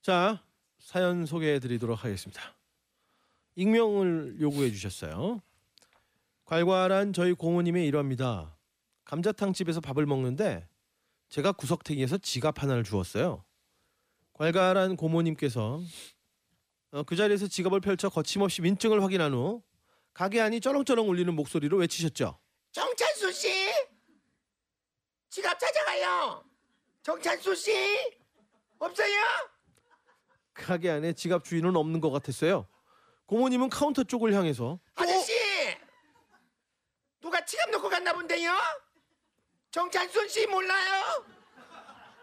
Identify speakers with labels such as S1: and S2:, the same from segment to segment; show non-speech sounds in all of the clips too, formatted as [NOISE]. S1: 자 사연 소개해드리도록 하겠습니다. 익명을 요구해 주셨어요. 괄괄한 저희 고모님의 일화입니다. 감자탕 집에서 밥을 먹는데 제가 구석탱이에서 지갑 하나를 주었어요. 괄괄한 고모님께서 어, 그 자리에서 지갑을 펼쳐 거침없이 민증을 확인한 후 가게 안이 쩌렁쩌렁 울리는 목소리로 외치셨죠.
S2: 정찬수 씨 지갑 찾아가요. 정찬수 씨 없어요?
S1: 가게 안에 지갑 주인은 없는 것 같았어요. 고모님은 카운터 쪽을 향해서
S2: 아저씨 누가 지갑 놓고 갔나 본데요? 정찬수 씨 몰라요?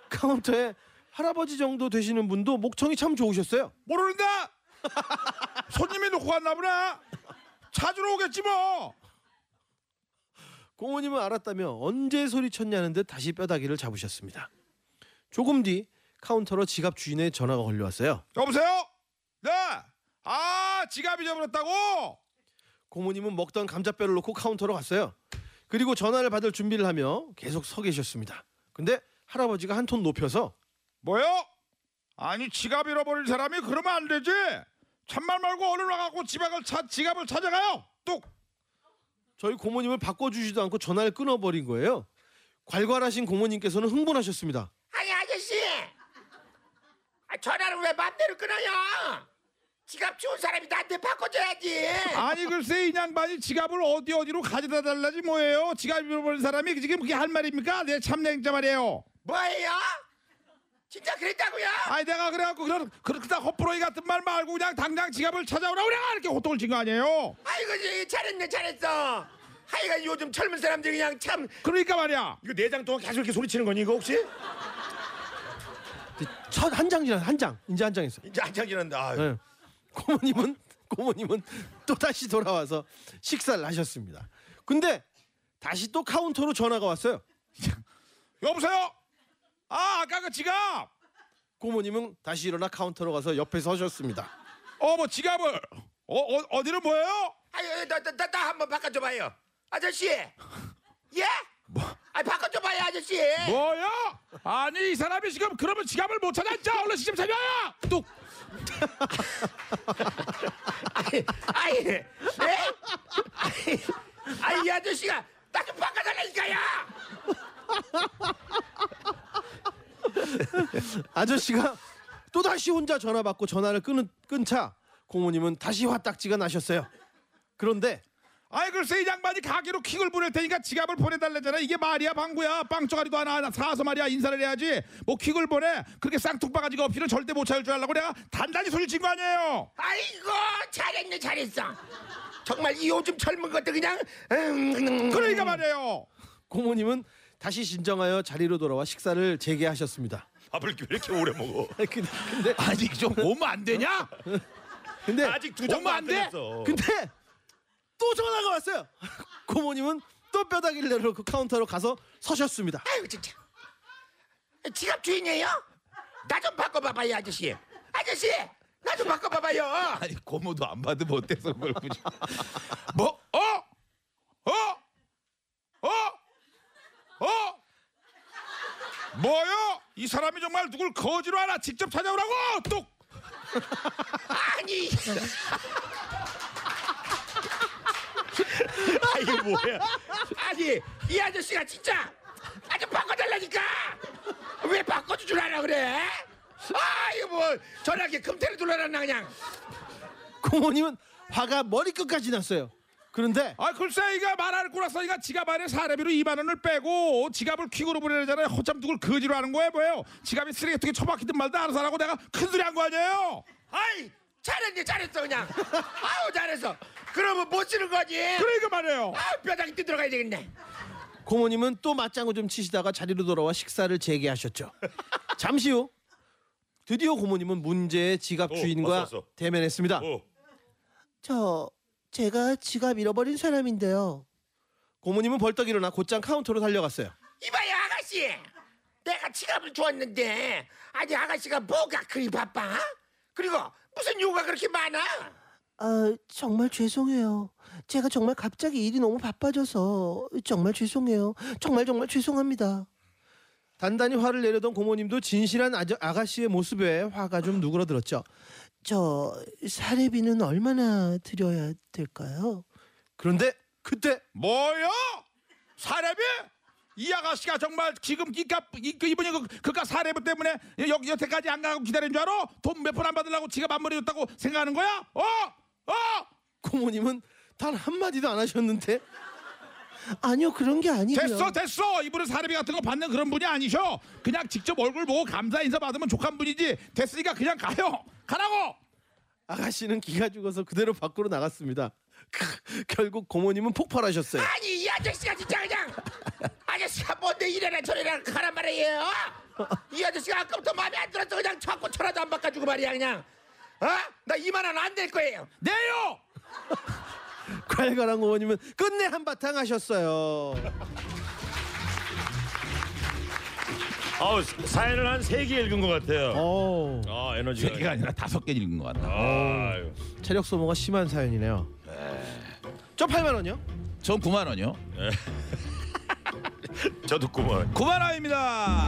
S1: 카운터에 할아버지 정도 되시는 분도 목청이 참 좋으셨어요.
S3: 모르는다. 손님이 놓고 갔나 보나. 찾으러 오겠지 뭐.
S1: 고모님은 알았다며 언제 소리쳤냐는 듯 다시 뼈다귀를 잡으셨습니다. 조금 뒤 카운터로 지갑 주인의 전화가 걸려왔어요.
S3: 여보세요. 네. 아 지갑 잊어버렸다고.
S1: 고모님은 먹던 감자뼈를 놓고 카운터로 갔어요. 그리고 전화를 받을 준비를 하며 계속 서 계셨습니다. 근데 할아버지가 한 톤 높여서
S3: 뭐요? 아니 지갑 잃어버린 사람이 그러면 안 되지. 참말 말고 얼른 와갖고 지갑을 찾 지갑을 찾아가요. 뚝.
S1: 저희 고모님을 바꿔주지도 않고 전화를 끊어버린 거예요. 괄괄하신 고모님께서는 흥분하셨습니다.
S2: 아니 아저씨 아, 전화를 왜 맘대로 끊어요? 지갑 주운 사람이 나한테 바꿔줘야지.
S3: 아니 글쎄 이 양반이 지갑을 어디 어디로 가져다 달라지 뭐예요. 지갑 잃어버린 사람이 지금 그게 할 말입니까? 내 참냉자 말이에요.
S2: 뭐예요? 진짜 그랬다고요?
S3: 아니 내가 그래갖고 그런 그렇다 헛부러이 같은 말 말고 그냥 당장 지갑을 찾아오라 그래 이렇게 호통을 친 거 아니에요?
S2: 아이고 이- 잘했네 잘했어. 하여간 요즘 젊은 사람들이 그냥 참
S3: 그러니까 말이야.
S2: 이거 네 내장 동안 계속 이렇게 소리치는 거니 이거 혹시?
S1: 첫 한 장 지난 한 장. 이제 한 장 했어.
S2: 이제 안착이란다.
S1: 예. 고모님은 고모님은 또 다시 돌아와서 식사를 하셨습니다. 근데 다시 또 카운터로 전화가 왔어요.
S3: 여보세요. 아 아까 그 지갑.
S1: 고모님은 다시 일어나 카운터로 가서 옆에 서셨습니다.
S3: 어 뭐 지갑을 어, 어 어디로 뭐예요?
S2: 아유, 나나나 한번 바꿔줘 봐요. 아저씨. 예? 뭐? 아 바꿔줘 봐요, 아저씨.
S3: 뭐야? 아니 이 사람이 지금 그러면 지갑을 못 찾았자 얼른 지금 찾아야. 뚝.
S2: 아이, 아이, 예? 아이, 아이, 이 아저씨가 나 좀 바꿔달라니까요.
S1: 아저씨가 또 다시 혼자 전화 받고 전화를 끊은 끊자 고모님은 다시 화딱지가 나셨어요. 그런데
S3: 아이 글쎄 이 양반이 가게로 킥을 보낼 테니까 지갑을 보내달라잖아 이게 말이야 방구야 빵조가리도 하나 하나 사서 말이야 인사를 해야지 뭐 킥을 보내 그렇게 쌍툭바가지가 없이는 절대 못 찾을 줄 알라고 내가 단단히 소리친 거 아니에요
S2: 아이고, 잘했네, 잘했어. 정말 이 요즘 젊은 것들 그냥 음, 음,
S3: 그러니까 말이에요
S1: 고모님은 다시 진정하여 자리로 돌아와 식사를 재개하셨습니다.
S4: 밥을 왜 이렇게 오래 먹어?
S1: 근데 근데
S3: 아니 좀 오면 안 되냐
S1: 근데
S4: 아직 두 장도
S3: 오면
S4: 안
S3: 안 돼?
S4: 끝났어.
S1: 근데 또 전화가 왔어요. [LAUGHS] 고모님은 또 뼈다귀를 내려놓고 카운터로 가서 서셨습니다.
S2: 아이고 진짜. 지갑 주인이에요? 나 좀 바꿔봐봐요, 아저씨. 아저씨, 나 좀 바꿔봐봐요.
S3: 아니 고모도 안 받으면 어때서 그걸
S2: [LAUGHS]
S3: 굳이 뭐? 어? 어? 어? 어? 뭐요? 이 사람이 정말 누굴 거지로 하나 직접 찾아오라고 뚝
S2: 아니. [LAUGHS]
S4: 아 이게 뭐야?
S2: 아니 이 아저씨가 진짜 아주 바꿔달라니까 왜 바꿔줄 줄 알아 그래? 아 이거 뭐 전화기 금태를 둘러놨나 그냥
S1: 고모님은 화가 머리끝까지 났어요. 그런데
S3: 아 글쎄 이거 말할 꼬라서니까 지갑 안에 사례비로 2만 원을 빼고 지갑을 퀵으로 보내잖아요. 허참 누굴 거지로 하는 거예요, 뭐예요? 지갑이 쓰레기통에 처박히든 말든 알아서 하라고 내가 큰 소리 한 거 아니에요?
S2: 아이 잘했네 잘했어 그냥 아우 잘했어 그러면 못 쓰는 거지
S3: 그러니까 말이에요.
S2: 아 뼈다귀 뜯어가야 되겠네
S1: 고모님은 또 맞장구 좀 치시다가 자리로 돌아와 식사를 재개하셨죠. 잠시 후 드디어 고모님은 문제의 지갑
S4: 어,
S1: 주인과
S4: 왔어, 왔어.
S1: 대면했습니다.
S4: 어.
S1: 저 제가 지갑 잃어버린 사람인데요. 고모님은 벌떡 일어나 곧장 카운터로 달려갔어요.
S2: 이봐요 아가씨 내가 지갑을 주었는데 아니 아가씨가 뭐가 그리 바빠 어? 그리고 무슨 요구가 그렇게 많아
S5: 아, 정말 죄송해요. 제가 정말 갑자기 일이 너무 바빠져서 정말 죄송해요. 정말 정말 죄송합니다.
S1: 단단히 화를 내려던 고모님도 진실한 아저, 아가씨의 모습에 화가 좀 누그러들었죠.
S5: 저 사례비는 얼마나 드려야 될까요?
S1: 그런데 그때
S3: 뭐요? 사례비? 이 아가씨가 정말 지금 이값 이- 그 이분이 그, 그깟 사례비 때문에 여, 여태까지 안 가고 기다린 줄 알아? 돈 몇 푼 안 받으려고 지갑 안 버려줬다고 생각하는 거야? 어? 어?
S1: 고모님은 단 한마디도 안 하셨는데
S5: 아니요 그런 게 아니고요.
S3: 됐어 됐어 이분은 사례비 같은 거 받는 그런 분이 아니셔 그냥 직접 얼굴 보고 감사 인사 받으면 족한 분이지 됐으니까 그냥 가요 가라고
S1: 아가씨는 기가 죽어서 그대로 밖으로 나갔습니다. 크, 결국 고모님은 폭발하셨어요.
S2: 아니 이 아저씨가 진짜 그냥 아저씨가 뭔데 이래라 저래라 가란 말이에요 이 아저씨가 아까부터 마음에 안 들어서 그냥 자꾸 전화도 안 바꿔주고 말이야 그냥 어? 나 2만 원 안 될 거예요
S3: 내요
S1: 괄괄한 고모님은 끝내 한바탕 하셨어요.
S4: 아우 사연을 한 세 개 읽은 것 같아요.
S1: 어,
S4: 아 에너지가.
S3: 얘기가 아니라 다섯 개 읽은 것 같다
S4: 아유.
S1: 체력 소모가 심한 사연이네요. 저 8만 원요?
S3: [LAUGHS] 전 9만 원이요
S4: 저도 구만.
S3: 고만원입니다